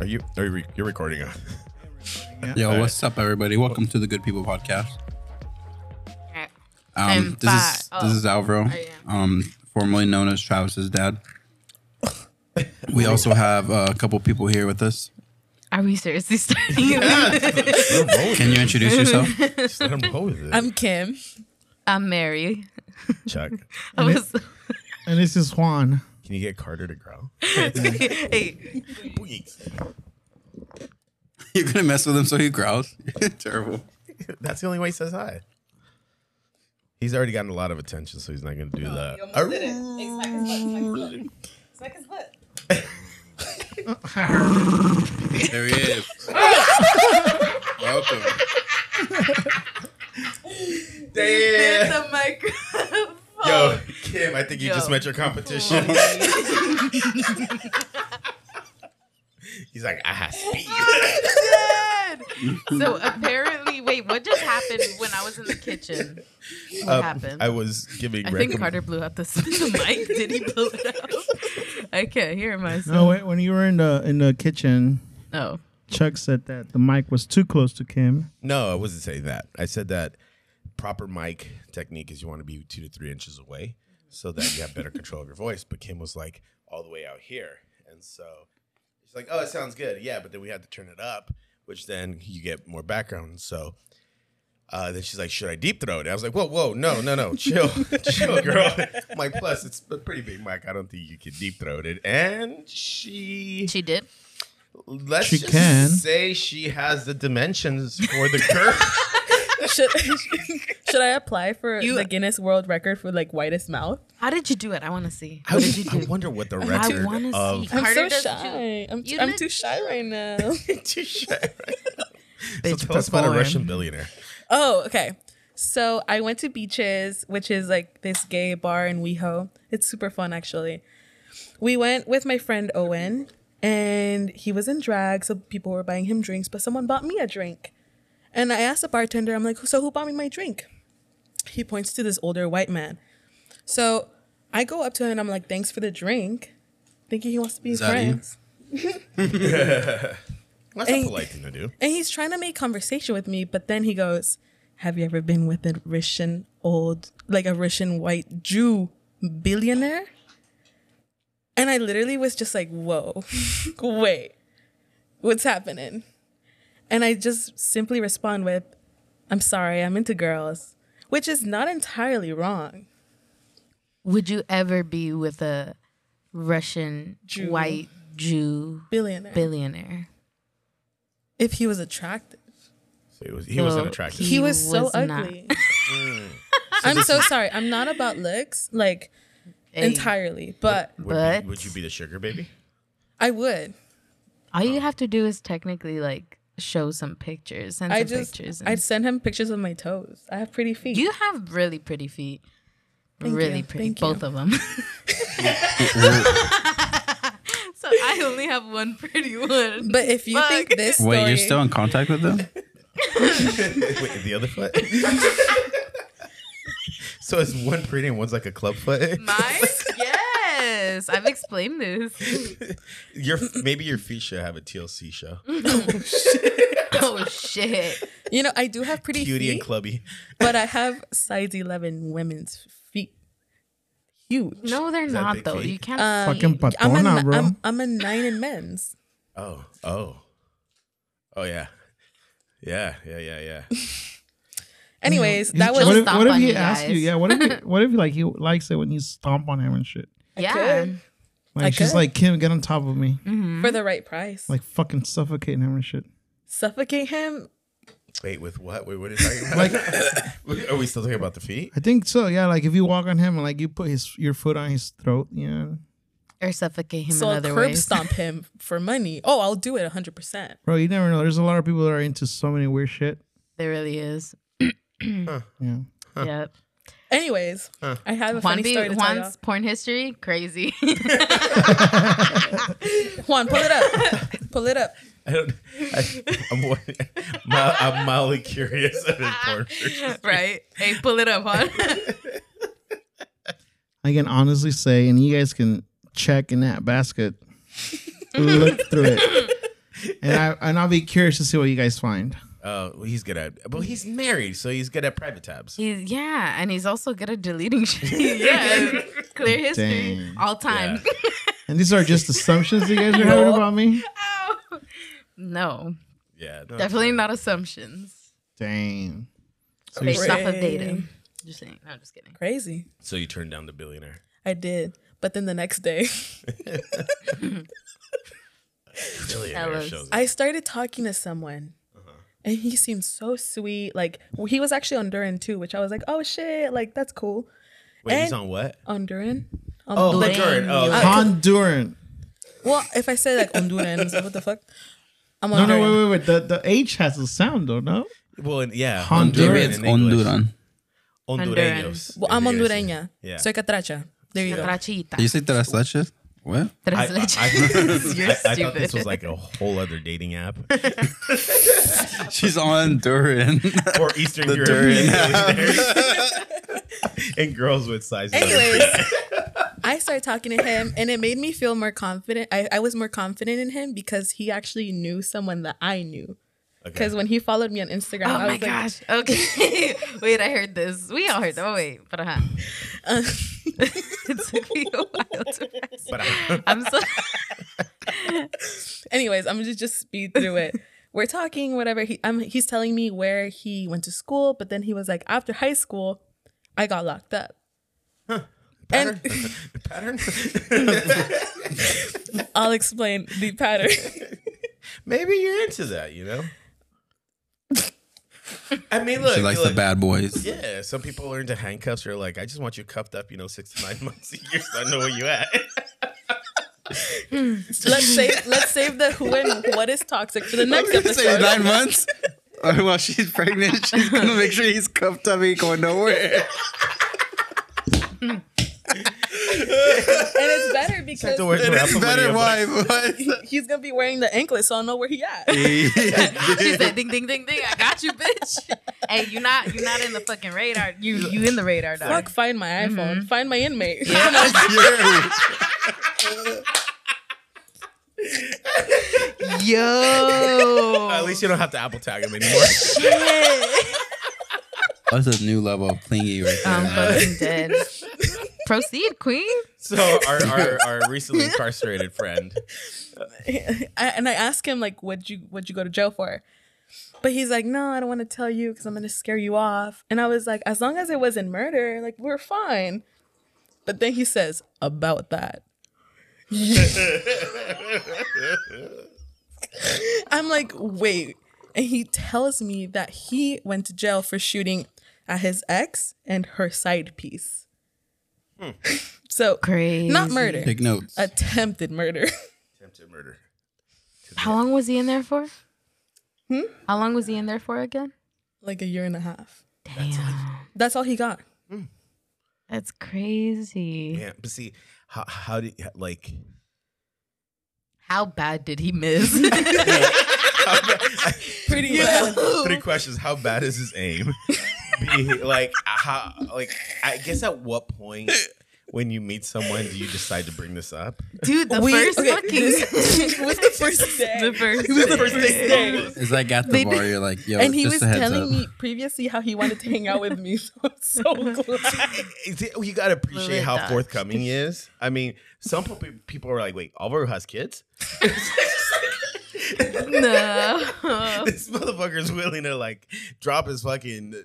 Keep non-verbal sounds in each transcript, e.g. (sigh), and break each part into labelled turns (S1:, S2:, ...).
S1: Are you? Are you? Re- you're recording?
S2: (laughs)
S1: huh?
S3: Yo, what's up, everybody? Welcome to the Good People Podcast.
S2: Alright. I'm
S3: Um, this is
S2: fat. Oh,
S3: this is Alvaro,
S2: yeah.
S3: um, formerly known as Travis's dad. We also have uh, a couple people here with us.
S2: Are we seriously starting?
S3: Can you introduce
S2: (laughs)
S3: yourself?
S1: Just let him pose it.
S4: I'm Kim.
S2: I'm Mary.
S1: Chuck,
S2: I was,
S5: And this is Juan.
S1: can you get Carter to growl?
S2: hey,
S3: You're gonna mess with him so he growls. (laughs) Terrible.
S1: That's the only way he says hi. He's already gotten a lot of attention, so he's not going to do that. Arr-
S3: There he is. Welcome.
S1: Damn.
S2: the microphone.
S1: Yo, Kim, I think you
S2: Yo.
S1: just met your competition. he's like, ah, speed.
S2: so apparently, wait, what just happened when I was in the kitchen? What
S1: Uh,
S2: happened?
S1: I was giving.
S2: I think
S1: recomm-
S2: Carter blew out the, (laughs) the mic. Did he blow it out? I can't hear myself.
S5: No, wait, when you were in the in the kitchen,
S2: No.
S5: Chuck said that the mic was too close to Kim.
S1: No, I wasn't saying that. I said that proper mic technique is you want to be two to three inches away so that you have better control of your voice. But Kim was like all the way out here. And so she's like, oh, it sounds good. Yeah. But then we had to turn it up, which then you get more background. So uh, then she's like, should I deep throat? it?" I was like, whoa, whoa, no, no, no, chill, chill, girl. I'm like, plus, it's a pretty big mic. I don't think you can deep throat it. And she
S2: She did?
S1: let's
S5: She
S1: just
S5: can.
S1: say she has the dimensions for the curve.
S4: Should, should I apply for the Guinness World Record for like whitest mouth?
S2: How did you do it? I want to see.
S1: I, um,
S2: What did you
S1: I
S2: do?
S1: wonder what the
S2: I
S1: record
S2: wanna
S1: of
S2: (laughs) see. Carter does too.
S4: I'm,
S2: You
S4: I'm
S2: did-
S4: too shy right now.
S1: too shy. so
S2: Bitch,
S1: tell us about a
S2: perform.
S1: Russian billionaire.
S4: oh, okay. So I went to Beaches, which is like this gay bar in WeHo. It's super fun, actually. We went with my friend Owen, and he was in drag, so people were buying him drinks, but someone bought me a drink. And I asked the bartender, I'm like, so who bought me my drink? He points to this older white man. So I go up to him and I'm like, thanks for the drink, thinking he wants to be
S3: Is that you?
S4: friends.
S1: That's a
S4: Hey.
S1: polite thing to do.
S4: And he's trying to make conversation with me, but then he goes, Have you ever been with a Russian old, like a Russian white Jew billionaire? And I literally was just like, Whoa, (laughs) wait, what's happening? And I just simply respond with, I'm sorry, I'm into girls, which is not entirely wrong.
S2: Would you ever be with a Russian
S4: Jew.
S2: white Jew
S4: Billionaire.
S2: billionaire?
S4: if he was attractive,
S1: So it was, he wasn't
S2: So
S1: attractive.
S4: he,
S2: He
S4: was so
S2: was not.
S4: ugly. I'm so sorry. I'm not about looks, like
S2: Hey,
S4: entirely, but
S1: Would,
S2: but-
S1: be, would you be the sugar baby?
S4: I would.
S2: All you have to do is technically like show some pictures, send some
S4: I just
S2: pictures. and-
S4: I'd send him pictures of my toes. I have pretty feet.
S2: you have really pretty feet.
S4: Thank
S2: really
S4: you,
S2: pretty,
S4: thank
S2: both
S4: you.
S2: of them. (laughs) so I only have one pretty
S4: (laughs)
S2: one.
S4: but if you think
S2: Fuck.
S4: this story,
S3: Wait, you're still in contact with them?
S1: Wait, the other
S2: (laughs)
S1: foot? so it's one pretty and one's like a club foot.
S2: mine, yes, I've explained
S4: (laughs)
S2: this.
S1: (laughs) Your maybe your feet should have a TLC show.
S2: Oh shit!
S4: you know, I do have pretty
S1: Cutie and
S4: feet,
S1: clubby.
S4: but I have size eleven women's feet. Huge.
S2: No, they're
S1: that
S2: not
S1: big
S2: though.
S1: feet?
S2: You can't.
S4: Um,
S5: Fucking
S4: I'm a,
S5: patona, bro.
S4: I'm, I'm a nine in men's.
S2: (laughs)
S1: Oh, oh, oh yeah, yeah, yeah, yeah, yeah.
S4: Anyways, that was
S5: what if,
S2: stomp
S5: what if
S2: on
S5: he
S2: you
S5: asks you?
S2: guys.
S5: Yeah, what if he, what if like he likes it when you stomp on him and shit?
S2: yeah.
S4: could.
S5: Like
S4: I
S5: she's
S4: could.
S5: like, Kim, get on top of me,
S4: for the right price.
S5: like fucking suffocating him and shit.
S4: Suffocate him.
S1: Wait, with what? Wait, what are you talking about?
S5: Like-
S1: (laughs) are we still talking about the feet?
S5: I think so. Yeah, like if you walk on him and like you put his your foot on his throat, you know,
S2: or suffocate him
S4: So
S2: in
S4: I'll
S2: other
S4: curb
S2: ways.
S4: stomp him for money. Oh, I'll do it 100%.
S5: bro, you never know. There's a lot of people that are into so many weird shit.
S2: There really is.
S5: Yeah,
S2: Yep.
S4: Anyways, I have a
S2: Juan
S4: funny
S2: B-
S4: story to tell
S2: Juan's porn history
S4: (laughs)
S2: crazy. (laughs)
S4: you. Juan, pull it up. (laughs) pull it up.
S1: I don't. I, I'm, more- mi- I'm mildly curious of his porn pictures.
S2: right? Hey, pull it up, Juan.
S4: (laughs)
S5: I can honestly
S4: (laughs)
S5: say, and you guys can check in that basket, look through it. and I and I'll be curious to see what you guys find.
S1: Uh, well, he's good at. Well, he's married, so he's good at private tabs.
S2: He's yeah, and he's also good at
S4: (laughs)
S2: deleting shit. (laughs) yeah, clear history
S5: Dang.
S2: all time.
S5: And these are just assumptions you guys are having about me.
S2: (laughs) no,
S1: Yeah, no,
S2: definitely not assumptions
S5: Dang. So you're
S2: based
S5: s-
S2: off of data. Just saying. No, I'm just kidding.
S4: Crazy.
S1: So you turned down the billionaire.
S4: I did. But then the next day,
S1: Billionaire
S2: Fellas.
S1: shows. up.
S4: I started talking to someone.
S1: Uh-huh.
S4: And he seemed so sweet. Like he was actually on Durin too, which I was like, oh shit, like that's cool.
S1: Wait, he's
S4: and-
S1: on what?
S4: On Durin. On
S1: Oh,
S2: Blaine.
S1: Honduran. Oh, okay.
S5: Honduran.
S4: Well, if I say like Honduran, it's like, what the fuck? I'm
S5: No,
S4: on
S5: no, wait, wait, wait. The, the H has a sound, though, no?
S1: well, and- yeah,
S5: Honduran.
S3: Maybe
S1: Honduran.
S3: it's
S1: in English.
S3: Honduran.
S1: Hondureños.
S4: Well, I'm
S1: If you're gonna say-
S4: Hondureña.
S1: Yeah.
S4: Soy catracha. There you go.
S2: Trachita.
S3: Did you say tres leches?
S1: (laughs)
S3: What?
S1: I,
S2: Tres (laughs)
S1: I,
S2: leches.
S1: I-
S2: (laughs) You're
S1: I- I thought this
S2: stupid.
S1: was like a whole other dating app
S3: She's on Durin.
S1: or Eastern
S3: The
S1: European
S3: Duran
S1: billionaires. (laughs) and girls with sizes.
S4: Anyways,
S1: (laughs)
S4: I started talking to him and it made me feel more confident. I, I was more confident in him because he actually knew someone that I knew. Because when he followed me on Instagram,
S2: Oh
S4: I was
S2: my
S4: like,
S2: gosh. Okay. (laughs) wait, I heard this. We all heard that. Oh, wait. But
S4: (laughs)
S2: uh, (laughs) it took me a while to process.
S1: (laughs) But I-
S2: (laughs) I'm so.
S4: anyways, I'm just just speed through it. We're talking, whatever. He, um, he's telling me where he went to school, but then he was like, after high school, I got locked up.
S1: (laughs)
S4: And
S1: pattern.
S4: (laughs) I'll explain the pattern. (laughs)
S1: Maybe you're into that, you know. I mean, look,
S3: She likes
S1: look,
S3: the bad boys.
S1: Yeah, some people are into handcuffs. You're like, I just want you cuffed up, you know, six to nine (laughs) months a year, so I know where you at. (laughs)
S4: let's save let's save the who and what is toxic for the next
S3: gonna say
S4: episode.
S3: nine (laughs)
S4: (laughs)
S3: months. Or Uh, while she's pregnant, she's gonna make sure he's cuffed up, he ain't going (laughs) nowhere.
S4: And it's better because
S3: It's better wife. (laughs) but-
S4: he's gonna be wearing the anklet, so I'll know where he at.
S2: She said, "Ding, ding, ding, ding. I got you, bitch. (laughs) hey, you're not, you're not in the fucking radar. You, you in the radar, dog.
S4: Fuck, find my iPhone, find my inmate.
S2: Yo.
S1: At least you don't have to apple tag him anymore. (laughs)
S3: That's a new level of clingy right there.
S2: I'm fucking dead. Proceed, queen.
S1: so our, our our recently
S3: (laughs)
S1: incarcerated friend,
S4: I, and I asked him like, "Would you would you go to jail for?" But he's like, "No, I don't want to tell you because I'm gonna scare you off." And I was like, "As long as it wasn't murder, like we're fine." But then he says about that. (laughs) I'm like, wait. And he tells me that he went to jail for shooting at his ex and her side piece. (laughs) so,
S2: Crazy.
S4: not murder,
S3: Take
S4: Uh,
S3: notes.
S4: attempted murder. (laughs)
S1: attempted murder.
S2: How long was he in there for?
S4: Hmm?
S2: How long was he in there for again?
S4: like a year and a half.
S2: Damn.
S4: That's all he got.
S2: That's crazy.
S1: Yeah, but see, how how did
S3: (laughs)
S1: like?
S2: How bad did he (laughs) miss?
S1: How bad,
S4: Pretty bad.
S1: three questions: How bad is his aim? (laughs) B, like how? Like I guess at what point when you meet someone do you decide to bring this up?
S2: Dude, the first
S4: okay, (laughs)
S2: fucking (laughs)
S4: this- it was the first day.
S2: the first,
S3: It's like at the bar, you're like, yo,
S4: and he
S3: just
S4: was
S3: a heads
S4: telling
S3: up.
S4: me previously how he wanted to hang out with me. (laughs) So I'm so glad.
S1: Is it- you gotta appreciate
S2: Lily
S1: how
S2: Dodge.
S1: forthcoming he is. I mean, some people people are like, "Wait, Alvaro has kids?
S2: no.
S1: (laughs) This motherfucker's willing to like drop his fucking uh,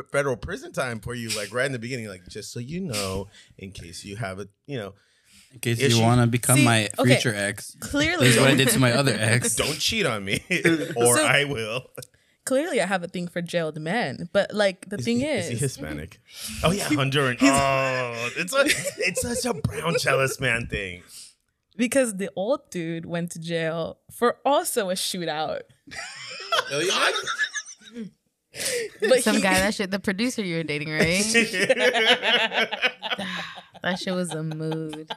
S1: f- federal prison time for you, like right in the beginning, like just so you know, in case you have a, you know,
S3: In case
S1: Is
S3: you
S1: she-
S3: want to become
S4: See,
S3: my
S4: okay.
S3: future ex, this is what I
S4: Clearly,
S3: did to my
S4: (laughs)
S3: other ex.
S1: don't cheat on me, (laughs) or
S4: So-
S1: I will."
S4: clearly, I have a thing for jailed men. But like the thing
S1: he-
S4: is,
S1: he Hispanic? Oh yeah, (laughs) Honduran. Oh, it's a, it's such a brown jealous man thing. (laughs)
S4: because the old dude went to jail for also a shootout. But
S2: Some
S4: he-
S2: guy that shit, the producer you were dating, right?
S4: (laughs)
S2: that shit was a mood.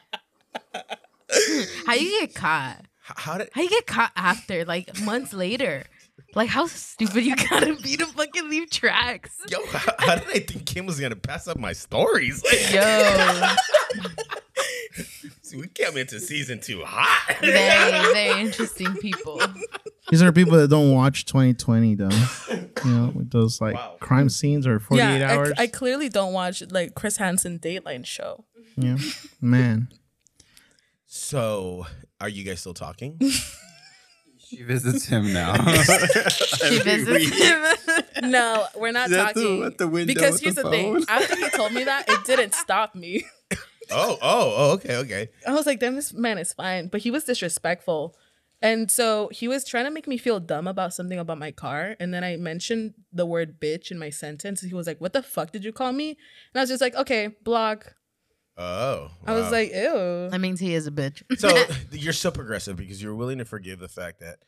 S2: How you get caught?
S1: How did?
S2: How you get caught after, like months later? Like how stupid you gotta be to fucking leave tracks.
S1: Yo, how, how did I think Kim was gonna pass up my stories? Like,
S2: (laughs) Yo,
S1: we came into season two hot.
S2: very, very interesting people.
S5: These are people that don't watch 2020 though. You know, with those like crime scenes or
S4: yeah,
S5: 48
S4: I-
S5: hours.
S4: I, clearly don't watch like Chris Hansen Dateline show.
S5: yeah, man.
S1: So, are you guys still talking? (laughs)
S3: She visits him now.
S4: (laughs)
S2: She visits him. (laughs)
S4: No, we're not
S3: Is that the-
S4: talking.
S3: at the window
S4: because
S3: with
S4: here's the,
S3: the
S4: thing:
S3: phone?
S4: after he told me that, it
S1: (laughs)
S4: didn't stop me.
S1: oh, oh, oh, okay, okay.
S4: I was like, "Damn, this man is fine," but he was disrespectful, and so he was trying to make me feel dumb about something about my car. And then I mentioned the word "bitch" in my sentence, and he was like, "What the fuck did you call me?" And I was just like, "Okay, block."
S1: Oh,
S4: I was
S1: wow.
S4: like, "Ew."
S2: That means he is a bitch.
S4: (laughs)
S1: so you're so progressive because you're willing to forgive the fact that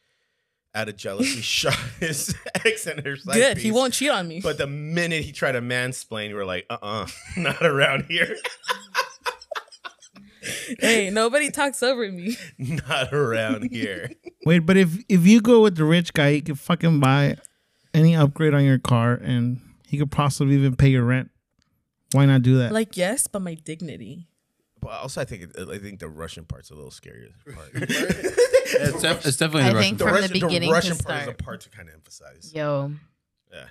S1: out of jealousy, (laughs) shot his ex and her side
S4: Good. He
S1: piece.
S4: won't cheat on me.
S1: But the minute he tried to mansplain, we're like, uh, uh (laughs) not around here,
S4: (laughs) hey, nobody talks over
S1: (laughs)
S4: me.
S1: not around (laughs) here.
S5: Wait, but if if you go with the rich guy, he could fucking buy any upgrade on your car, and he could possibly even pay your rent. Why not do that?
S4: Like, yes, but my dignity.
S1: But also, I think it- I think the Russian part's a little (laughs) scarier. Part. (laughs)
S3: it's, def- it's definitely
S2: I
S3: the
S2: think
S3: Russian.
S2: from the beginning to
S1: Russian part is the
S2: start.
S1: part to kind of emphasize.
S2: (laughs) Yo,
S1: Yeah,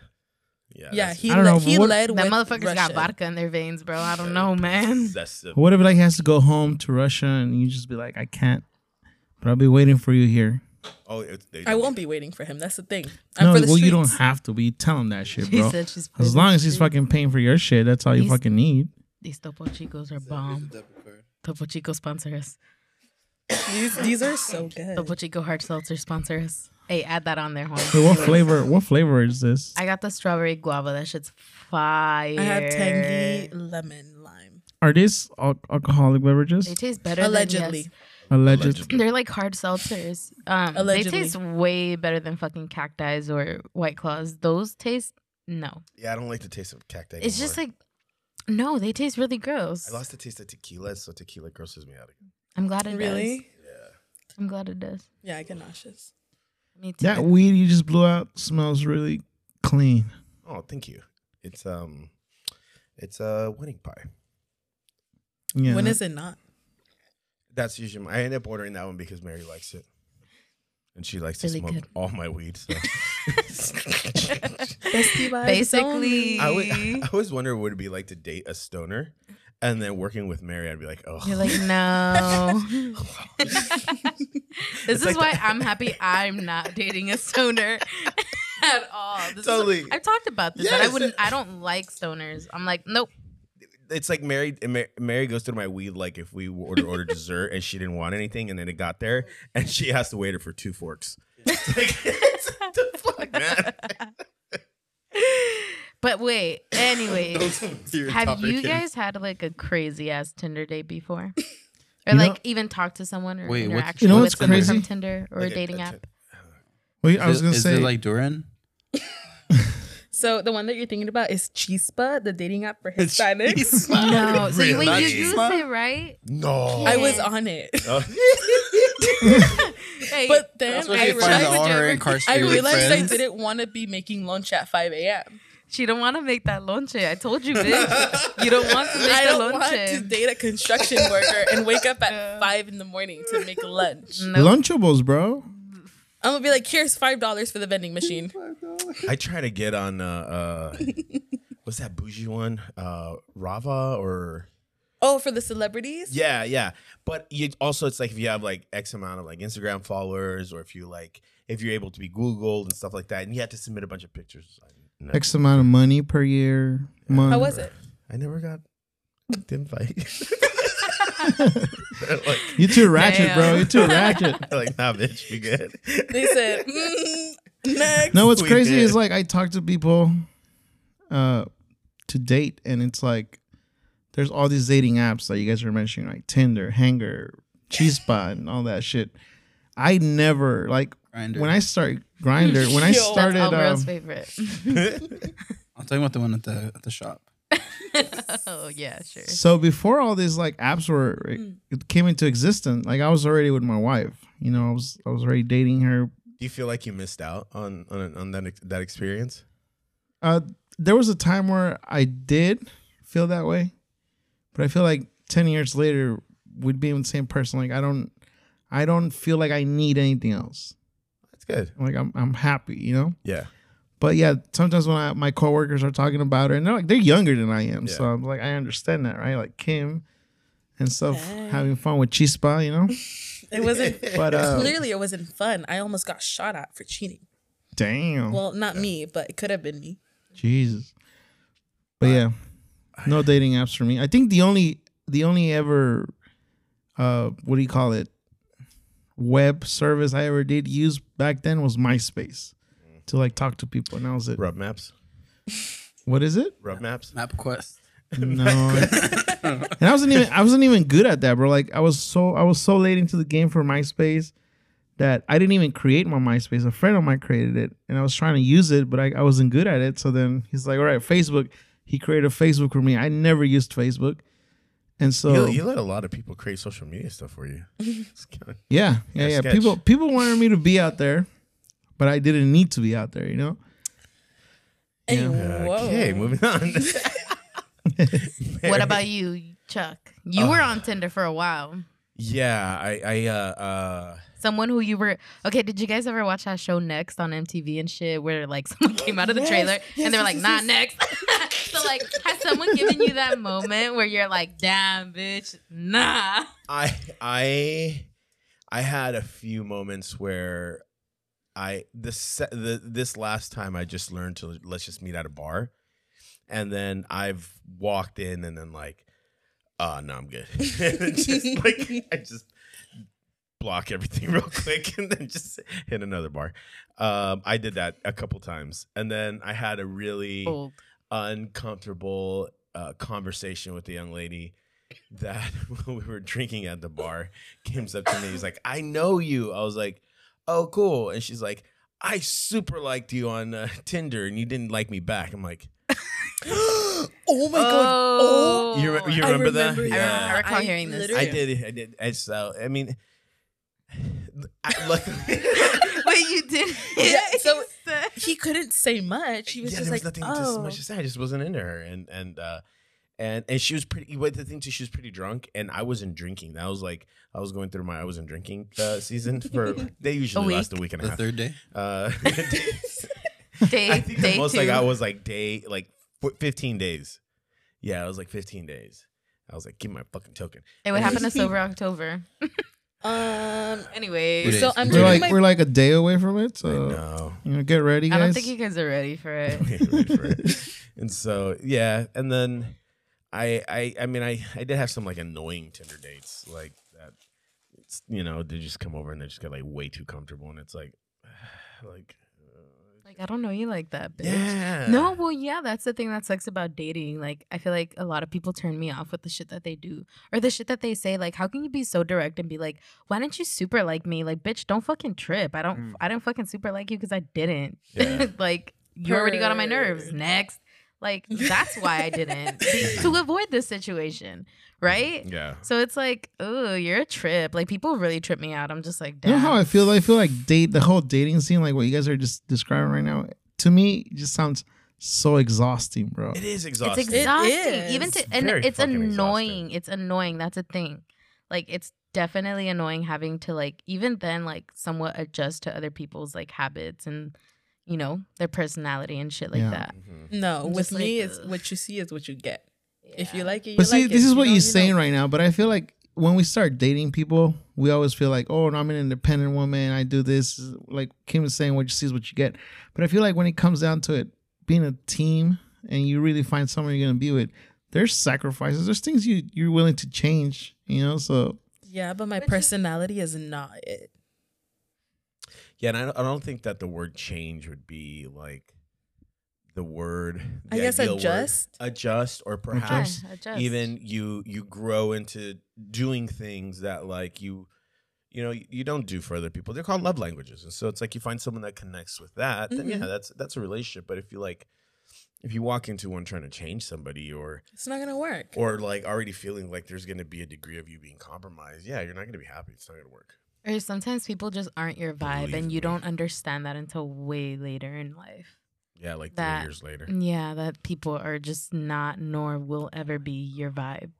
S1: yeah,
S4: Yeah,
S1: that's-
S4: he
S5: I don't
S4: le-
S5: know,
S4: he
S5: what-
S4: led
S2: that
S4: with
S2: motherfucker's got
S4: Russia.
S2: vodka in their veins, bro. I don't know, man.
S1: that's the
S5: what if like he has to go home to Russia, and you just be like, I can't, but I'll be waiting for you here.
S1: oh, it, they,
S4: I won't be waiting for him. That's the thing. I'm
S5: No,
S4: for
S5: well,
S4: the
S5: you don't
S4: streets.
S5: have to. But you tell him that shit,
S2: (laughs) She
S5: bro.
S2: said she's
S5: As long as he's fucking paying for your shit, that's all you
S2: He's-
S5: fucking need.
S2: These Topo Chicos are bomb. Topo Chico sponsor us.
S4: These, these are so good.
S2: Topo Chico hard seltzer sponsor us. Hey, add that on there, homie.
S5: Wait, what flavor? What flavor is this?
S2: I got the strawberry guava. That shit's fire.
S4: I had tangy lemon lime.
S5: Are these al- alcoholic
S2: They
S5: beverages?
S2: taste better Than,
S4: Allegedly,
S2: yes. (clears throat)
S5: Alleged.
S2: They're like hard seltzers. Um,
S4: Allegedly.
S2: They taste way better than fucking cacti's or white claws. Those taste no.
S1: Yeah, I don't like the taste of cacti.
S2: It's just
S1: anymore.
S2: like no. They taste really gross.
S1: I lost the taste of tequila, so tequila grosses me out again.
S2: I'm glad it does.
S4: really?
S2: I'm glad it does.
S4: Yeah, I get nauseous.
S2: Me too.
S5: That weed you just blew out smells really clean.
S1: Oh, thank you. It's um, it's a wedding pie.
S5: Yeah.
S4: When
S5: that-
S4: is it not?
S1: That's usually my, I end up ordering that one because Mary likes it, and she likes
S2: Really
S1: to smoke
S2: good.
S1: all my weed.
S2: (laughs)
S1: So
S2: Basically,
S1: I would, I always wonder what it'd be like to date a stoner, and then working with Mary, I'd be like, oh, (laughs)
S2: You're like, no. this is
S1: like
S2: why I'm happy I'm not dating a stoner (laughs) at all. This is-
S1: Totally.
S2: I've talked about this. that I
S1: Yes.
S2: wouldn't. I don't like stoners. I'm like,
S1: (laughs)
S2: nope.
S1: it's like Mary. Ma- Mary goes through my weed like if we were to order dessert and she didn't want anything, and then it got there, and she asked the waiter for two forks. (laughs) It's like, (laughs) it's- the fuck, man.
S2: (laughs) But wait. Anyway,
S3: Your
S2: have
S3: topic
S2: you
S3: is-
S2: guys had like a crazy ass Tinder date
S5: (laughs)
S2: before? Or
S5: You know-
S2: like even talked to someone or
S3: Wait, what's-
S2: interaction
S5: You know
S2: with
S5: what's
S2: someone from
S5: crazy?
S2: Tinder or
S1: Like
S2: a
S1: a-
S2: dating
S1: a (laughs)
S2: app?
S1: Tin-
S5: Wait, I was
S3: is
S5: gonna
S3: it,
S5: say
S3: Is it like Duran?
S4: So the one that you're thinking about is Chispa, the dating app for (laughs)
S5: (laughs)
S4: Hispanics.
S2: no. So you, wait,
S3: Really?
S2: you used it right?
S1: No, (laughs)
S4: I was on it,
S1: Uh,
S2: Hey,
S4: (laughs) but then
S2: where
S4: I
S2: you find
S4: realized,
S2: all-
S4: I realized I didn't want to be making lunch at 5 a.m.
S2: She don't want to make that lonche. I told you, bitch. you don't want to make
S4: I
S2: the
S4: don't want to
S2: lonche.
S4: date a construction
S2: (laughs)
S4: worker and wake up at five in the morning to make lunch.
S2: No.
S5: Lunchables, bro?
S4: I'm gonna be like, here's five dollars for the vending machine.
S1: I try to get on. Uh, uh, what's that bougie one? Uh, Rava or
S4: Oh, for the celebrities?
S1: yeah, yeah. But you also, it's like if you have like X amount of like Instagram followers, or if you like if you're able to be Googled and stuff like that, and you have to submit a bunch of pictures. No.
S5: X amount of money per year. Month.
S4: How was it?
S1: I never got (laughs) the (laughs) invite.
S5: You too ratchet, bro.
S2: Damn.
S5: You too
S4: (laughs)
S5: ratchet.
S1: like, nah, bitch, you good.
S4: They said, mm, next.
S5: No, what's
S1: We
S5: crazy
S1: did.
S5: is like I talk to people uh to date and it's like there's all these dating apps that you guys were mentioning, like Tinder, Hanger, Cheesepot, and all that shit. I never like
S3: Grindr.
S5: when I start grinder, when
S4: (laughs)
S5: I
S4: Yo. That's
S5: started
S2: That's Elmer's
S5: um,
S2: favorite. (laughs)
S3: I'm talking about the one at the at the shop.
S2: oh yeah,
S5: (laughs)
S2: sure.
S5: So before all these like apps were
S4: Mm.
S5: it came into existence, like I was already with my wife. You know, I was I was already dating her.
S1: Do you feel like you missed out on on, on that ex- that experience?
S5: Uh, there was a time where I did feel that way, but I feel like ten years later we'd be with the same person. Like I don't, I don't feel like I need anything else.
S1: That's good.
S5: Like I'm I'm happy, you know.
S1: Yeah.
S5: But yeah, sometimes when I, my coworkers are talking about her, and they're like they're younger than I am, so
S1: Yeah.
S5: I'm like I understand that, right? Like Kim and stuff, having fun with Chispa, you know.
S4: (laughs) It wasn't
S5: But uh,
S4: clearly it wasn't fun. I almost got shot at for cheating.
S5: damn,
S4: Well, not me, but it could have been me.
S5: Jesus. But yeah, no dating apps for me. I think the only the only ever, uh, what do you call it, web service I ever did use back then was MySpace to like talk to people, and that was it.
S1: Rub maps.
S5: What is it?
S1: Rub maps.
S3: MapQuest.
S5: No.
S1: (laughs)
S5: and I wasn't even I wasn't even good at that, bro. Like I was so I was so late into the game for MySpace that I didn't even create my MySpace. A friend of mine created it and I was trying to use it, but I, I wasn't good at it. So then he's like, All right, Facebook. He created Facebook for me. I never used Facebook. And so
S1: You, you let a lot of people create social media stuff for you. It's kinda-
S5: yeah, yeah,
S1: Yeah,
S5: yeah.
S1: sketch.
S5: People people wanted me to be out there, but I didn't need to be out there, you know?
S4: Anyway, whoa.
S1: okay, moving on.
S2: What about you, Chuck? You were on Tinder for a while.
S1: yeah, I, I uh, uh,
S2: Someone who you were okay. Did you guys ever watch that show Next on MTV and shit, where like (laughs) someone came out of the trailer and they were like, "Nah, next." (laughs) so like, has someone given you that moment where you're like, "Damn, bitch, nah."
S1: I I I had a few moments where I this se- the this last time I just learned to let's just meet at a bar, and then I've walked in and then like, uh no, I'm good. (laughs) just like I just block everything (laughs) real quick and then just hit another bar. Um, I did that a couple times, and then I had a really
S2: Old.
S1: uncomfortable uh, conversation with the young lady that (laughs) when we were drinking at the bar came up to me he's like i know you i was like oh cool and she's like i super liked you on uh, (laughs) tinder and you didn't like me back i'm like
S4: Oh my god. Oh,
S1: you, re-
S2: (laughs)
S1: you
S4: I
S1: remember that
S4: remember
S2: Yeah. I
S1: yeah
S2: recall hearing this.
S1: I,
S4: literally-
S1: did i did and so i mean (sighs) I, luckily (laughs)
S2: Wait, you did.
S4: Yeah, so-
S2: He said-
S4: He couldn't say much. He was
S1: yeah,
S4: just
S1: there was
S4: like,
S1: nothing
S4: oh.
S1: too much to say. I just wasn't into her, and and uh, and and she was pretty. What the thing too, she was pretty drunk, and I wasn't drinking. That was like I was going through my I wasn't drinking uh, season
S4: (laughs)
S1: for. they usually last a week and a
S3: The
S1: half.
S3: third day.
S1: Uh, (laughs)
S2: day,
S1: I think
S2: day
S1: the most
S2: two.
S1: I got was like day like fo- fifteen days. Yeah, it was like fifteen days. I was like, give me my fucking token.
S2: it would happen to sober
S4: (laughs)
S2: October.
S4: Um,
S2: Anyway,
S3: It
S4: so
S3: is.
S4: I'm
S3: We're
S5: We're
S4: reading
S5: like
S4: my
S5: we're like a day away from it. So
S1: No.
S5: you know, get ready, guys.
S2: I don't think you guys are ready
S1: (laughs)
S2: for it.
S1: Wait for it. and so yeah and then I, I i mean i i did have some like annoying tinder dates like that it's, you know they just come over and they just get like way too comfortable and it's like (sighs) like
S2: Like, I don't know you like that, bitch.
S1: yeah (laughs)
S2: No, well, yeah, that's the thing that sucks about dating. Like, I feel like a lot of people turn me off with the shit that they do or the shit that they say. Like, how can you be so direct and be like, "Why didn't you super like me?" Like, bitch, don't fucking trip. I don't, I didn't fucking super like you because I didn't.
S1: Yeah.
S2: (laughs) like, you already got on my nerves.
S4: Purr.
S2: Next, like, that's why I didn't to avoid this situation, right?
S1: yeah
S2: So it's like, oh, you're a trip. Like, people really trip me out. I'm just like,
S5: You know
S2: damn.
S5: how I feel? I feel like date the whole dating scene, like what you guys are just describing right now, to me it just sounds so exhausting, bro.
S1: it is
S2: It's
S1: exhausting
S2: exhausting.
S4: is.
S2: Even to
S1: It's
S2: and
S1: very
S2: it's
S1: fucking
S2: annoying.
S1: exhausting.
S2: It's annoying. That's a thing. Like it's definitely annoying having to like even then like somewhat adjust to other people's like habits and you know their personality and shit like
S5: Yeah.
S2: that.
S1: Mhm.
S4: (laughs) no,
S2: I'm
S4: with
S2: just
S4: me,
S2: like,
S4: it's
S2: ugh.
S4: what you see is what you get. If
S2: Yeah.
S4: you like it, you
S5: but see,
S4: like
S5: this
S4: is
S5: is what you're saying right now, but I feel like when we start dating people, we always feel like, oh, no, I'm an independent woman. I do this. Like Kim was saying, what you see is what you get. But I feel like when it comes down to it, being a team and you really find someone you're going to be with, there's sacrifices. There's things you, you're willing to change, you know? So
S4: Yeah, but my personality is not it.
S1: yeah and I don't, I don't think that the word change would be like the word
S4: I
S1: the
S4: guess
S1: ideal word.
S4: adjust.
S1: adjust or
S2: Yeah,
S1: perhaps
S2: adjust.
S1: even you you grow into doing things that like you you know you don't do for other people they're called love languages and so it's like you find someone that connects with that then
S2: Mm-hmm.
S1: yeah
S4: Mhm.
S1: that's that's a relationship but if you like if you walk into one trying to change somebody or
S4: It's not gonna work. (laughs)
S1: or like already feeling like there's going to be a degree of you being compromised yeah you're not going to be happy it's not going to work
S2: or sometimes people just aren't your vibe
S1: Believe
S2: and you
S1: me.
S2: don't understand that until way later in life.
S1: yeah like
S2: That-
S1: three years later
S2: Yeah, that people are just not nor will ever be your vibe.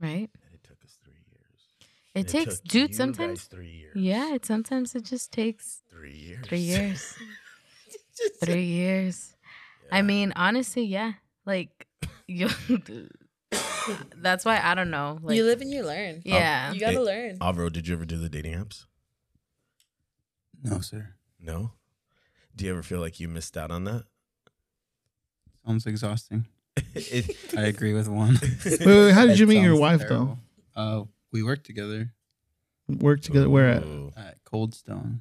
S2: Right?
S1: that it took us three years
S2: It, takes,
S1: took
S2: dude,
S1: you
S2: sometimes.
S1: guys three years.
S2: Yeah, it, sometimes it just takes
S1: Three years.
S3: (laughs)
S2: three years.
S1: (laughs)
S2: three years. I
S1: Yeah.
S2: mean, honestly, yeah. Like, (laughs) you. that's why I don't know. Like,
S4: you live and you learn.
S3: Oh.
S2: yeah.
S4: You gotta
S1: It- Oh.
S4: learn.
S1: Avro, did you ever do the dating apps?
S3: No, sir.
S1: No. Do you ever feel like you missed out on (laughs) that?
S3: Sounds exhausting.
S1: It-
S3: I agree with one. (laughs)
S5: Wait, wait, (laughs) how did
S3: That
S5: you meet your
S3: sounds
S5: wife
S3: terrible. Uh, we worked together
S5: though? Work together. Where at?
S1: Ooh.
S3: at Cold Stone.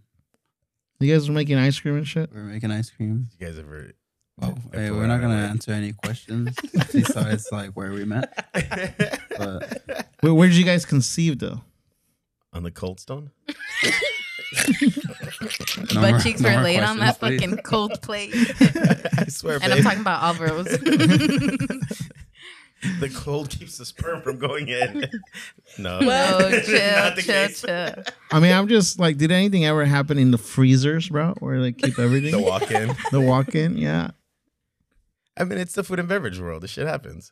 S5: You guys were making ice cream and shit.
S3: We were making ice cream.
S1: You guys (laughs) ever?
S3: Oh,
S1: That's
S3: hey,
S1: what
S3: we're
S1: I
S3: not gonna
S1: like.
S3: answer any
S5: (laughs)
S3: questions besides like where we met.
S5: (laughs) Where, where did you guys conceive though?
S1: on the cold stone?
S3: No
S2: butt
S3: more-
S2: cheeks
S3: no
S2: were
S3: more
S2: laid on that
S3: questions, please.
S2: fucking
S3: (laughs)
S2: cold plate.
S1: (laughs) I swear,
S2: and I'm
S1: babe.
S2: talking
S3: (laughs)
S2: about (laughs) Alvaro's.
S1: the cold keeps the sperm from going (laughs) in. No,
S4: Well,
S1: (laughs)
S2: oh,
S1: Not
S2: chill,
S1: the
S2: chill,
S1: case.
S2: chill.
S5: I mean, I'm just like, did anything ever happen in the freezers, bro? Where they
S3: (laughs)
S5: keep everything?
S1: The walk in.
S5: the walk-in, yeah,
S1: (laughs) I mean, it's the food and beverage world. This shit happens.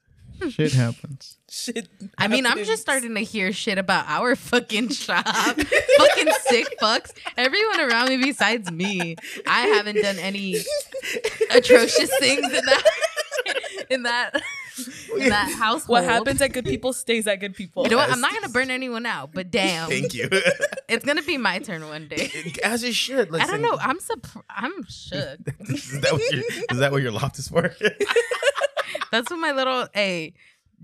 S3: (laughs)
S5: shit happens.
S4: (laughs) Shit.
S2: I mean, I'm
S4: happens.
S2: just starting to hear shit about our fucking shop. (laughs) fucking sick fucks. Everyone around me besides me. I haven't done any atrocious things in that (laughs) in that in that household.
S4: What happens at good people stays at good people.
S2: You know what? I'm not gonna burn anyone out, but damn,
S1: Thank you.
S2: it's gonna be my turn one day.
S1: (laughs) As it should.
S2: I
S1: Listen,
S2: don't know. I'm surprised. I'm shook.
S1: (laughs) Is that, what your, is that what your loft is for?
S2: That's what my little hey.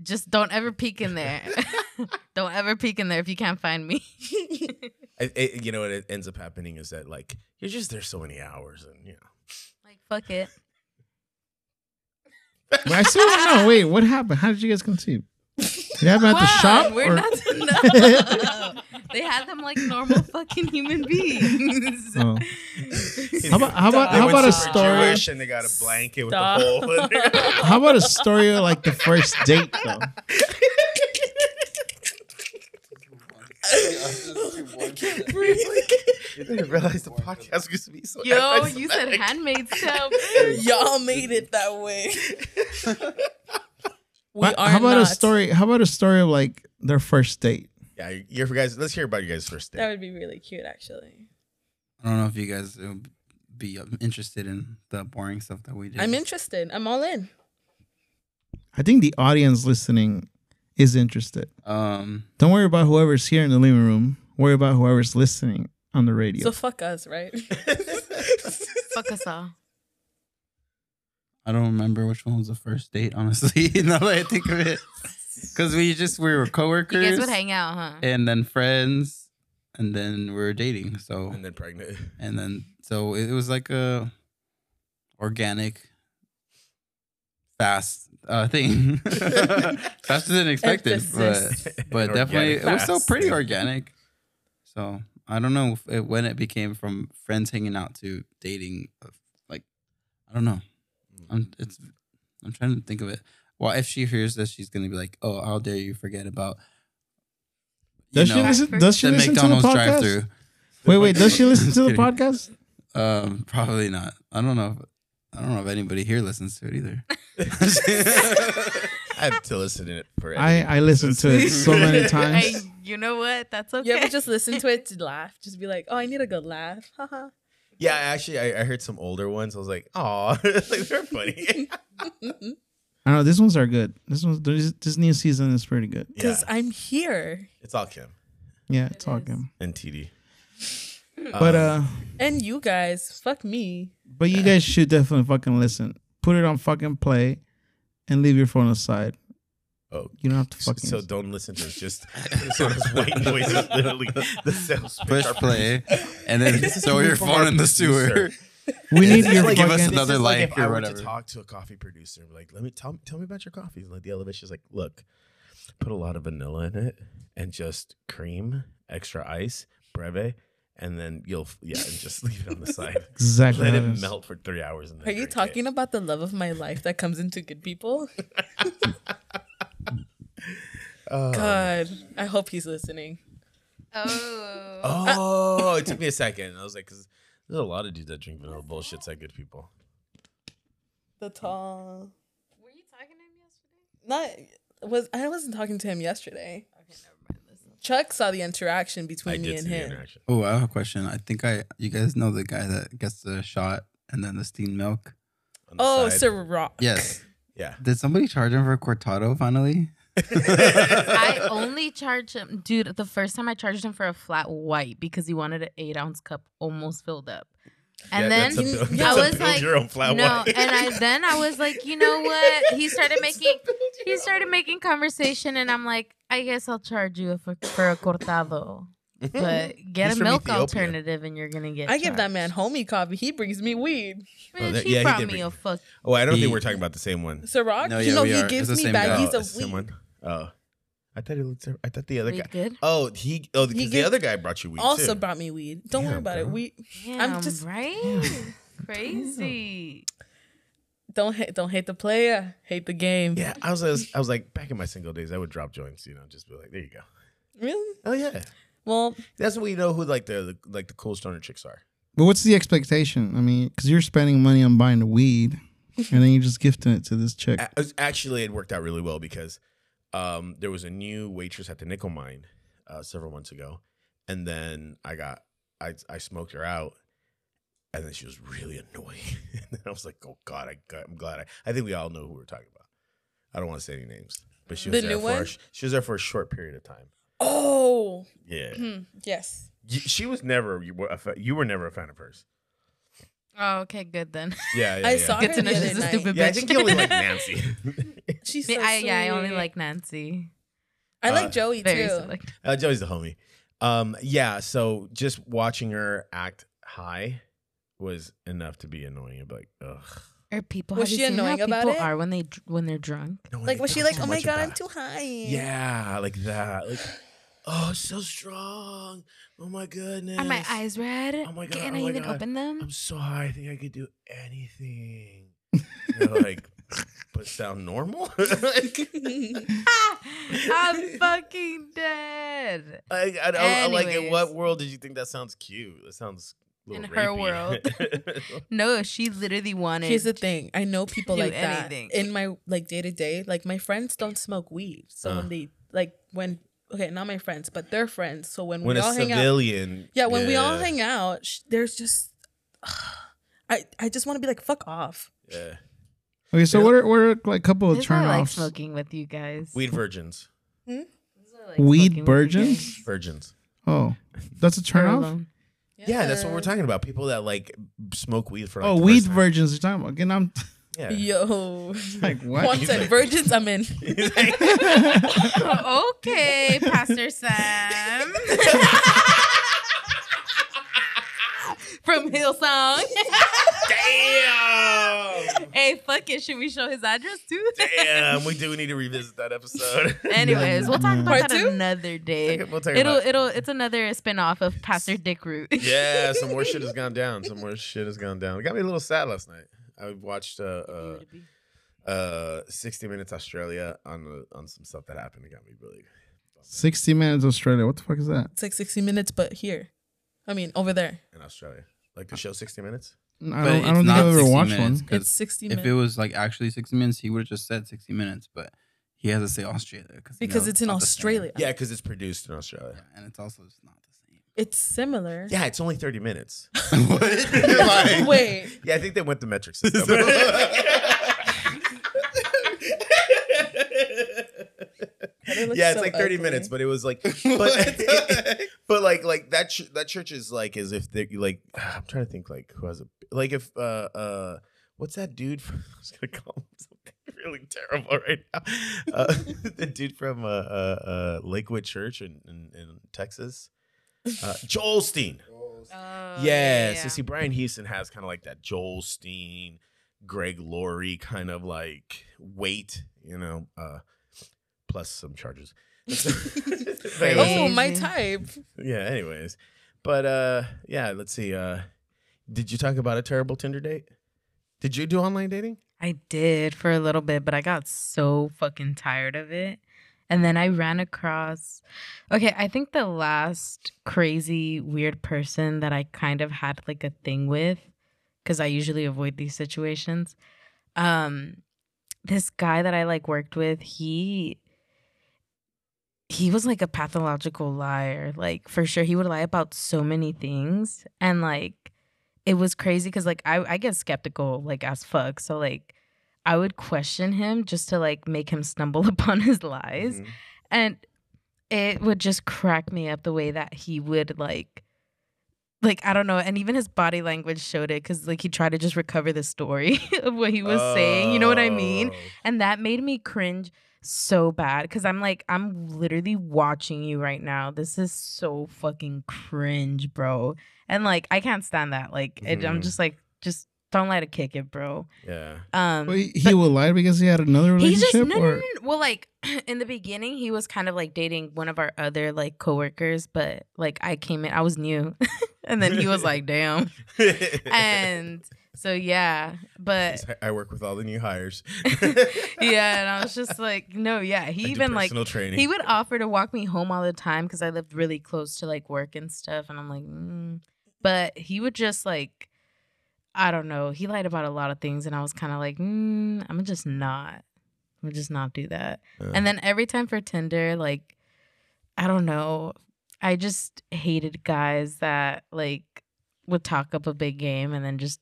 S2: Just don't ever peek in there. (laughs) don't ever peek in there if you can't find me.
S1: (laughs)
S2: (laughs)
S1: I, I- you know what it ends up happening is that like you're just there so many hours and you know
S2: like fuck it.
S5: But I still don't know. Wait, what happened? How did you guys conceive? Did it happen at the
S2: Wow,
S5: shop?
S2: We're
S5: or-
S2: not (laughs) no. they had them like normal fucking human (laughs) beings.
S5: Oh. How about how
S4: Stop.
S5: about how
S1: They
S5: about a
S1: went super
S5: story?
S1: Jewish and they got a blanket
S4: Stop.
S1: with a hole in
S2: (laughs)
S1: there.
S5: How about a story of, like the first
S4: (laughs)
S5: date though?
S4: (laughs)
S1: You didn't realize the podcast was going to be so
S2: Yo,
S1: anti-Semitic.
S2: you said handmade
S4: (laughs)
S2: tale.
S4: Y'all made it that way. (laughs) we
S5: Wha-
S4: are
S5: how about
S4: not.
S5: a story? How about a story of like their first date?
S1: Yeah, you- you guys. Let's hear about you guys first
S4: That
S1: date.
S4: would be really cute, actually.
S3: I don't know if you guys would be um, interested in the boring stuff that we did.
S4: I'm interested. I'm all in.
S5: I think the audience listening is interested.
S3: Um,
S5: Don't worry about whoever's here in the living room. Worry about whoever's listening on the radio.
S4: So fuck us, right?
S2: Fuck us all.
S3: I don't remember which one was the first date. Honestly, (laughs) now that I think of
S2: (laughs)
S3: it, because we just we were
S2: You
S3: coworkers
S2: guys would hang out, huh?
S3: and then friends, and then we were dating. So
S1: and then pregnant. (laughs)
S3: and then so it, it was like a organic, fast uh, thing, (laughs) faster than expected, but.
S4: Emphasis.
S3: but
S1: Organic
S3: definitely it was still
S1: fast.
S3: pretty organic. So I don't know if it, when it became from friends hanging out to dating. uh, Like I don't know.
S1: Mm.
S3: I'm it's I'm trying to think of it. Well, if she hears this, she's gonna be like, "Oh, how dare you forget about." you
S5: does she
S3: know,
S5: listen? Does she
S3: the
S5: listen to the
S3: McDonald's
S5: podcast?
S3: drive-through.
S5: Wait, wait.
S3: (laughs)
S5: Does she listen to the
S3: Kidding.
S5: podcast?
S3: Um, probably not. I don't know. If, I don't know if anybody here listens to it either.
S1: (laughs) I have to listen to it for.
S5: I I listened to it
S1: (laughs)
S5: so many
S2: Hey,
S5: times.
S2: you know what? That's okay.
S4: You ever just listen to it to laugh? Just be like, oh, I need a good laugh. Haha.
S1: Yeah, actually, I, I heard some older ones. I was like, "Aw, (laughs) like, they're
S2: (laughs)
S1: funny."
S5: I don't know. These ones are good. This one's this, this new season is pretty good.
S1: yeah,
S4: Because I'm here.
S1: it's all Kim
S5: Yeah, it's all
S2: is.
S5: good.
S1: and Um, TD.
S5: But uh,
S4: And you guys, fuck me.
S5: but you guys should definitely fucking listen. Put it on fucking play, and leave your phone aside.
S1: oh,
S5: You don't have to fucking.
S1: (laughs) so don't listen to us. Just so this white (laughs) noise is literally the sales pitch
S3: Push
S1: our
S3: play, and
S1: (laughs)
S3: then
S1: This is
S3: throw
S1: coming
S3: your
S1: from our
S3: phone in the sewer.
S1: producer.
S5: we need
S3: It's
S5: your
S3: like
S5: fucking.
S3: give us
S1: This
S3: another
S1: is
S3: life
S1: if
S3: or
S1: I were
S3: whatever.
S1: to talk to a coffee producer and be like, let me tell, tell me about your coffees. Like the elevation's like, look, put a lot of vanilla in it and just cream, extra ice, breve, and then you'll yeah, and just (laughs) leave it on the
S5: (laughs)
S1: side.
S5: exactly.
S1: Let
S5: how
S1: it
S5: it is.
S1: melt for three hours. And then
S4: Are you
S1: drink it.
S4: talking about the love of my life that comes into good people?
S1: Oh, Uh,
S4: God, I hope he's listening.
S2: oh.
S1: Oh, it took me a second. I was like, because there's a lot of dudes that drink vanilla bullshits at good people.
S4: The tall.
S2: Were you talking to him yesterday?
S4: Not was I wasn't talking to him yesterday.
S2: Okay, never mind. Listen.
S4: Chuck saw the interaction between
S1: I
S4: me
S1: did
S4: and
S1: see the
S4: him.
S1: interaction.
S3: Oh, I have a question. I think I you guys know the guy that gets the shot and then the steamed milk.
S1: on the
S4: Oh,
S1: side.
S4: Sir Rock.
S3: Yes.
S4: (laughs)
S1: yeah.
S3: Did somebody charge him for cortado finally?
S2: I only charged him, dude. The first time I charged him for a flat white because he wanted an eight ounce cup almost filled up, and then
S4: a- I
S1: I
S4: was
S1: was
S2: like,
S1: your own flat
S2: no,
S1: white.
S2: and I
S1: (laughs)
S2: then I was like, you know what? He started making he started making conversation, and I'm like, I guess I'll charge you for, for
S1: (laughs)
S2: a cortado, but get
S1: He's
S2: a
S1: from
S2: milk
S1: Ethiopia.
S2: alternative, and you're gonna get.
S4: I give that
S2: charged.
S4: man homie coffee. He brings me weed.
S1: Oh,
S2: Bitch,
S1: that-
S2: he
S1: yeah, he
S2: brought
S1: did
S2: me
S1: bring-
S2: a fuck.
S1: Oh, I don't
S3: He-
S1: think we're talking about the same one.
S4: Sir Rock?
S3: No, yeah,
S4: no,
S3: we
S4: he
S3: are.
S4: gives
S3: It's the same
S4: me
S3: guy.
S1: Oh,
S4: baggies
S1: it's
S4: of
S1: the same
S4: weed.
S1: one? Oh, I thought he looked. I thought the other
S2: Wait,
S1: guy.
S2: good.
S1: Oh, he. Oh, because the
S4: gives-
S1: other guy brought you weed
S4: Also
S1: too.
S4: brought me weed. Don't worry
S1: Damn,
S4: about it.
S1: bro.
S4: We
S2: Damn,
S4: just-
S2: right. Crazy.
S4: don't hate don't hate the player, hate the game.
S1: yeah, I was, I was. I was like, back in my single days, I would drop joints. You know, just be like, there you go.
S4: Really?
S1: Oh yeah,
S4: Well,
S1: that's when you know who like the, the like the cool stoner chicks are.
S5: But what's the expectation? I mean, because you're spending money on buying the weed, and then you're just gifting it to this chick.
S1: A- it's- Actually, it worked out really well because um, there was a new waitress at the Nickel Mine uh, several months ago, and then I got I I smoked her out, and then she was really annoying. (laughs) and then I was like, oh god, I got, I'm glad I I think we all know who we're talking about. I don't want to say any names, but she was
S4: The
S1: there
S4: new
S1: for a
S4: one?
S1: sh- she was there for a short period of time.
S4: oh (clears throat)
S1: Yeah,
S4: hmm, yes.
S1: Y- she was never you were a fa- you were never a fan of hers.
S2: Oh, okay, good then.
S1: Yeah, yeah
S4: I
S1: yeah.
S4: saw
S2: Good
S4: her
S2: to
S4: the
S2: know
S4: other
S2: she's a
S4: night.
S2: stupid
S1: Yeah, I
S2: bitch.
S1: think you only
S4: (laughs)
S1: like Nancy. (laughs)
S4: She's
S2: Me- (laughs)
S4: so
S2: I, yeah, I only
S4: sweet.
S2: like Nancy.
S4: I
S1: Uh,
S4: like Joey
S2: Very
S4: too.
S2: select.
S1: Uh, Joey's the homie. Um, yeah. So just watching her act high was enough to be annoying. You'd be like, ugh.
S2: Are people
S4: Was
S2: have
S4: she
S2: you seen
S4: annoying
S2: how
S4: about
S2: people
S4: it?
S2: are when they dr- when they're drunk?
S1: No one
S4: Like
S1: can
S4: was she
S1: talk
S4: like,
S1: so
S4: "Oh my
S1: much
S4: god, I'm
S1: about-
S4: too high." (laughs)
S1: Yeah, like that.
S4: (sighs)
S1: Like, oh, it's so strong. Oh my goodness.
S2: Are my eyes red?
S1: Oh my God,
S2: Can
S1: oh
S2: I
S1: my
S2: even
S1: God.
S2: open them?
S1: I'm so high. I think I could do anything. You're
S4: (laughs)
S1: like, but sound normal. (laughs) like,
S2: (laughs) I'm fucking dead.
S1: I, I, I, like, in what
S2: Anyways.
S1: world did you think that sounds cute? That sounds a little
S2: In her
S1: rapey. (laughs)
S2: world. No, she literally wanted.
S4: Here's the thing. I
S2: (laughs)
S4: know people
S2: Do
S4: like
S2: anything.
S4: that in my like day to day. Like my friends don't smoke weed, so
S1: Uh.
S4: when they like when okay, not my friends, but their friends. So when,
S1: when
S4: we
S1: a
S4: all hang out,
S1: civilian.
S4: yeah, when we all hang out, sh- there's just (sighs) I I just want to be like fuck off.
S1: Yeah.
S5: Okay, so what are, what are like a couple of
S2: This is why I like
S5: turnoffs?
S2: smoking with you guys.
S1: Weed virgins.
S2: This is why I like
S5: Weed
S2: smoking with you
S1: (laughs)
S5: virgins?
S2: guys.
S1: Virgins.
S5: oh, that's a
S2: We're
S5: turnoff.
S2: alone.
S1: Yeah, that's what we're talking about. People that like smoke weed for like
S5: Oh,
S1: the
S5: weed
S1: first time.
S5: virgins are talking about. Again, I'm (laughs)
S1: Yeah. (laughs)
S4: Yo,
S5: like, what?
S4: once and virgins, I'm in.
S1: He's like,
S2: (laughs) okay, Pastor Sam. From Hillsong.
S1: (laughs)
S2: (laughs)
S1: damn.
S2: hey, fuck it. Should we show his address too?
S1: (laughs) Damn. We do need to revisit that episode.
S2: (laughs)
S1: (laughs)
S2: Anyways, we'll talk about
S4: Part
S2: that
S4: two?
S2: another day.
S1: we'll talk
S2: It'll
S1: about it.
S2: it'll it's another spin off of Pastor Dick Root. (laughs)
S1: Yeah, some more shit has gone down. Some more shit has gone down. It got me a little sad last night. I watched uh, uh, uh, 60 Minutes Australia on uh, on some stuff that happened. It got me really.
S5: 60 Minutes Australia. What the fuck is that?
S4: (laughs) It's like 60 minutes, but here, I mean over there,
S1: in Australia. Like the show 60 Minutes?
S5: I
S3: But
S5: don't, I
S3: it's
S5: don't think
S3: not
S5: I've ever
S3: 60
S5: watched
S3: minutes,
S5: one.
S3: 'cause
S4: it's 60
S3: If
S4: minutes
S3: it was like actually 60 minutes, he would have just said 60 minutes, but he has to say Australia you know,
S4: because it's in
S3: not the same.
S4: Australia.
S1: Yeah, because it's produced in Australia.
S3: Yeah, and it's also just not the
S4: it's similar.
S1: Yeah, it's only 30 minutes.
S3: same. (laughs) what?
S1: Like-
S4: (laughs) Wait,
S1: (laughs) Yeah, I think they went the metric system.
S4: They look
S1: yeah, it's
S4: so
S1: like 30
S4: ugly.
S1: minutes, but it was like
S3: What
S1: but
S3: the
S1: (laughs) but like like that ch- that church is like as if they like (sighs) I'm trying to think like who has a like if uh uh what's that dude from (laughs) I was going to call him something (laughs) really terrible right now. Uh, (laughs) the dude from uh uh, uh Lakewood Church in in, in Texas. Uh, Joel Steen.
S2: Oh,
S1: yes. You see, Brian Houston has kind of like that Joel Steen, Greg Laurie kind of like weight, you know, uh, plus some charges. (laughs)
S4: Oh,
S2: (laughs) Oh.
S1: Anyway,
S4: my
S2: Crazy.
S4: type.
S1: yeah, anyways. But uh yeah, let's see. Uh did you talk about a terrible Tinder date? Did you do online dating?
S2: I did for a little bit, but I got so fucking tired of it. And then I ran across. Okay, I think the last crazy, weird person that I kind of had like a thing with, because I usually avoid these situations. Um, this guy that I like worked with, he he was like a pathological liar like for sure he would lie about so many things and like it was crazy because like I, I get skeptical like as fuck so like i would question him just to like make him stumble (laughs) upon his lies
S1: Mhm.
S2: and it would just crack me up the way that he would like like i don't know and even his body language showed it because like he tried to just recover the story (laughs) of what he was saying you know what i mean
S1: Oh.
S2: and that made me cringe so bad because I'm like, I'm literally watching you right now. This is so fucking cringe, bro. And like, I can't stand that. Like, it, I'm
S5: Mm-hmm.
S1: Mhm.
S2: just like, just don't let it kick it, bro.
S1: Yeah.
S2: Um,
S5: Well, he,
S2: but-
S5: he will lie because he had another
S2: he just no, no,
S5: relationship,
S2: no,
S5: or
S2: no. Well, like (clears throat) in the beginning, he was kind of like dating one of our other like coworkers, but like I came in, I was new, (laughs) and then he was like, damn. (laughs) And so yeah, but
S1: I work with all the new hires.
S2: (laughs)
S1: (laughs)
S2: yeah, and I was just like, no, yeah. He
S1: I do
S2: even like
S1: personal training.
S2: He would offer to walk me home all the time because I lived really close to like work and stuff. And I'm like, mm. but he would just like, I don't know. He lied about a lot of things. And I was kind of like, mm, I'm gonna just not. I'm gonna just not do that.
S1: Uh,
S2: And then every time for Tinder, like, I don't know. I just hated guys that like would talk up a big game and then just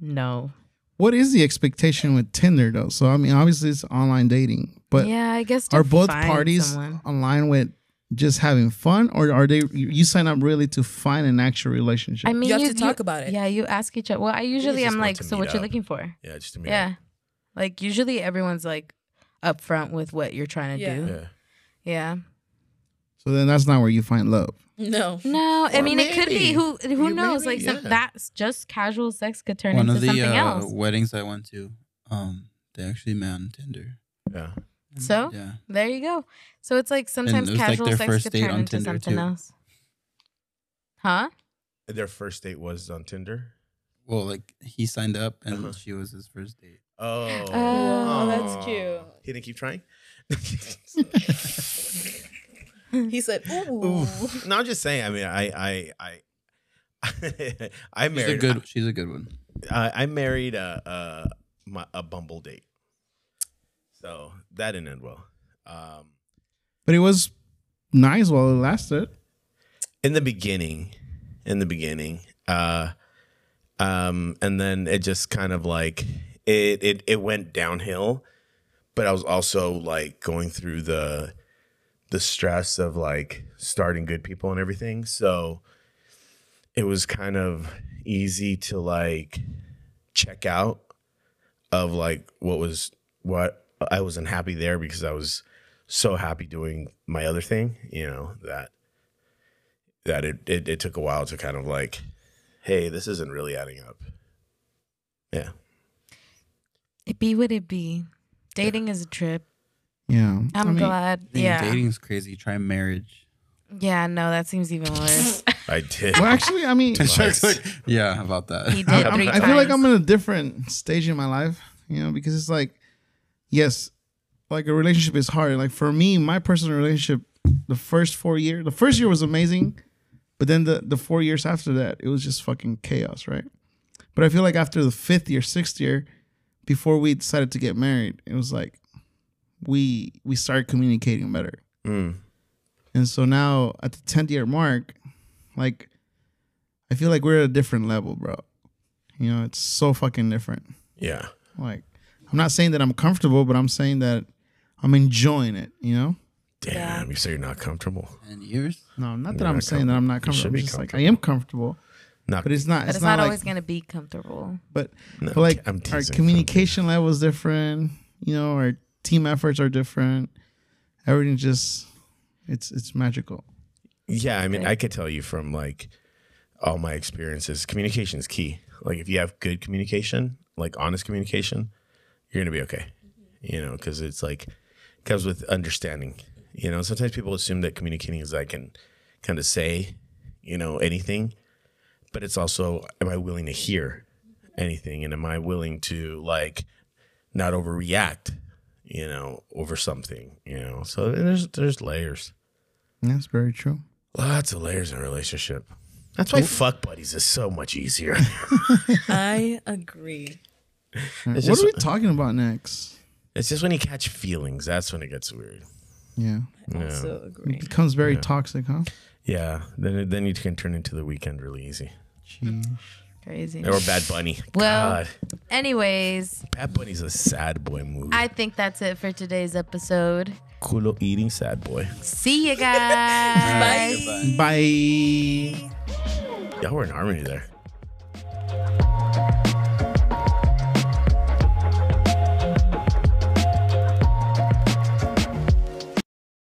S2: no.
S5: what is the expectation with Tinder though? So I mean, obviously it's online dating, but
S2: yeah, I guess to
S5: are both
S2: find
S5: parties
S2: someone.
S5: aligned with just having fun, or are they you you sign up really to find an actual relationship?
S2: I mean,
S4: you have to talk about it.
S2: Yeah, you ask each other. Well, I usually
S1: just
S2: I'm
S1: want
S2: like,
S1: to
S2: so
S1: meet
S2: what you're
S1: up."
S2: looking for?
S1: yeah, just to
S2: Yeah.
S1: me. Yeah.
S2: Like usually everyone's like upfront with what you're trying to
S4: Yeah.
S2: do.
S1: yeah.
S2: Yeah.
S5: so then that's not where you find love.
S4: No.
S2: No, I
S1: Or
S2: mean it could
S1: maybe.
S2: be who who
S1: You-
S2: knows
S1: maybe,
S2: like some,
S1: yeah.
S2: that's just casual sex could
S3: (laughs)
S2: turn
S3: One
S2: into
S3: of the
S2: something
S3: uh,
S2: else.
S3: weddings I went to, um, they actually met on Tinder.
S1: Yeah.
S2: So?
S3: yeah,
S2: There you go. So it's like sometimes
S3: it was, like,
S2: casual
S3: their
S2: sex
S3: first
S2: could
S3: date
S2: turn
S3: on
S2: into
S3: Tinder,
S2: something
S3: too.
S2: else. Huh?
S1: Their first date was on Tinder.
S3: well, like he signed up and
S1: Uh-huh.
S3: she was his first date.
S1: Oh.
S2: Oh,
S4: that's
S1: Aw.
S4: cute.
S1: He didn't keep
S4: (laughs)
S1: trying.
S4: He said, ooh.
S1: Oof. No, I'm just saying. I mean, I, I, (laughs) I, I
S3: She's a
S1: married.
S3: good. She's a good one.
S1: I, I married a a, my, a Bumble date, so that didn't end well. Um,
S5: But it was nice while it lasted.
S1: in the beginning in the beginning uh um and then it just kind of like it it it went downhill but i was also like going through the the stress of like starting good people and everything so it was kind of easy to like check out of like what was what i wasn't happy there because i was so happy doing my other thing you know that that it, it, it took a while to kind of like, hey, this isn't really adding up. Yeah.
S2: It be what it be. Dating is a trip.
S5: Yeah, I
S2: I'm
S5: mean,
S2: glad.
S3: I mean,
S2: Yeah.
S3: dating's crazy. Try marriage.
S2: Yeah, no, that seems even (laughs) worse.
S1: I did.
S5: Well, actually,
S3: (laughs)
S5: I mean,
S1: Twice.
S3: yeah, about that.
S2: He
S5: I,
S2: did
S5: I'm-
S2: three
S5: I feel like
S2: times.
S5: I'm in a different stage in my life, you know, because it's like, yes, like a relationship is hard. Like for me, my personal relationship, the first four year, the first year was amazing, but then the the four years after that, it was just fucking chaos, right? But I feel like after the fifth year, sixth year, before we decided to get married, it was like we we started communicating better.
S1: Mm.
S5: And so now at the 10th year mark, like, I feel like we're at a different level, bro. You know, it's so fucking different.
S1: Yeah.
S5: Like, I'm not saying that I'm comfortable, but I'm saying that I'm enjoying it, you know?
S1: Damn. You say you're not comfortable.
S3: and yours?
S5: No, not that
S1: You're
S5: I'm
S1: not
S5: saying that I'm not
S1: comfortable. You should
S5: comfortable. I'm
S1: be
S5: just like, I am comfortable,
S1: Not.
S5: but it's not,
S2: But
S5: it's,
S2: it's
S5: not,
S2: not, always
S5: like,
S2: gonna be comfortable.
S5: but,
S1: no,
S5: but like,
S1: I'm
S5: our
S1: teasing.
S5: communication level is different, you know, our team efforts are different. Everything just, it's, it's magical.
S1: Yeah. I mean, I could tell you from like all my experiences, communication is key. Like, if you have good communication, like honest communication, you're going to be okay. You know, because it's like, comes with understanding. You know, sometimes people assume that communicating is I can kind of say, you know, anything. but it's also am I willing to hear anything and am I willing to like not overreact, you know, over something, you know. So there's there's layers.
S5: That's very true.
S1: Lots of layers in a relationship. That's why fuck buddies is so much easier. (laughs)
S4: (laughs) I agree.
S5: All right,
S1: It's
S5: what
S1: just-
S5: are we talking about next?
S1: it's just when you catch feelings, that's when it gets weird.
S5: Yeah.
S1: Yeah.
S4: Also agree.
S5: It becomes very
S1: Yeah.
S5: toxic, huh?
S1: Yeah, then it- then you can turn into the weekend really easy.
S5: Jeez.
S2: Crazy.
S1: Or Bad Bunny.
S2: Well-
S1: God,
S2: Anyways,
S1: Bad Bunny's a sad boy movie.
S2: I think that's it for today's episode.
S1: Culo eating sad boy.
S2: See you guys.
S3: Goodbye.
S5: Bye.
S1: Y'all were in harmony there.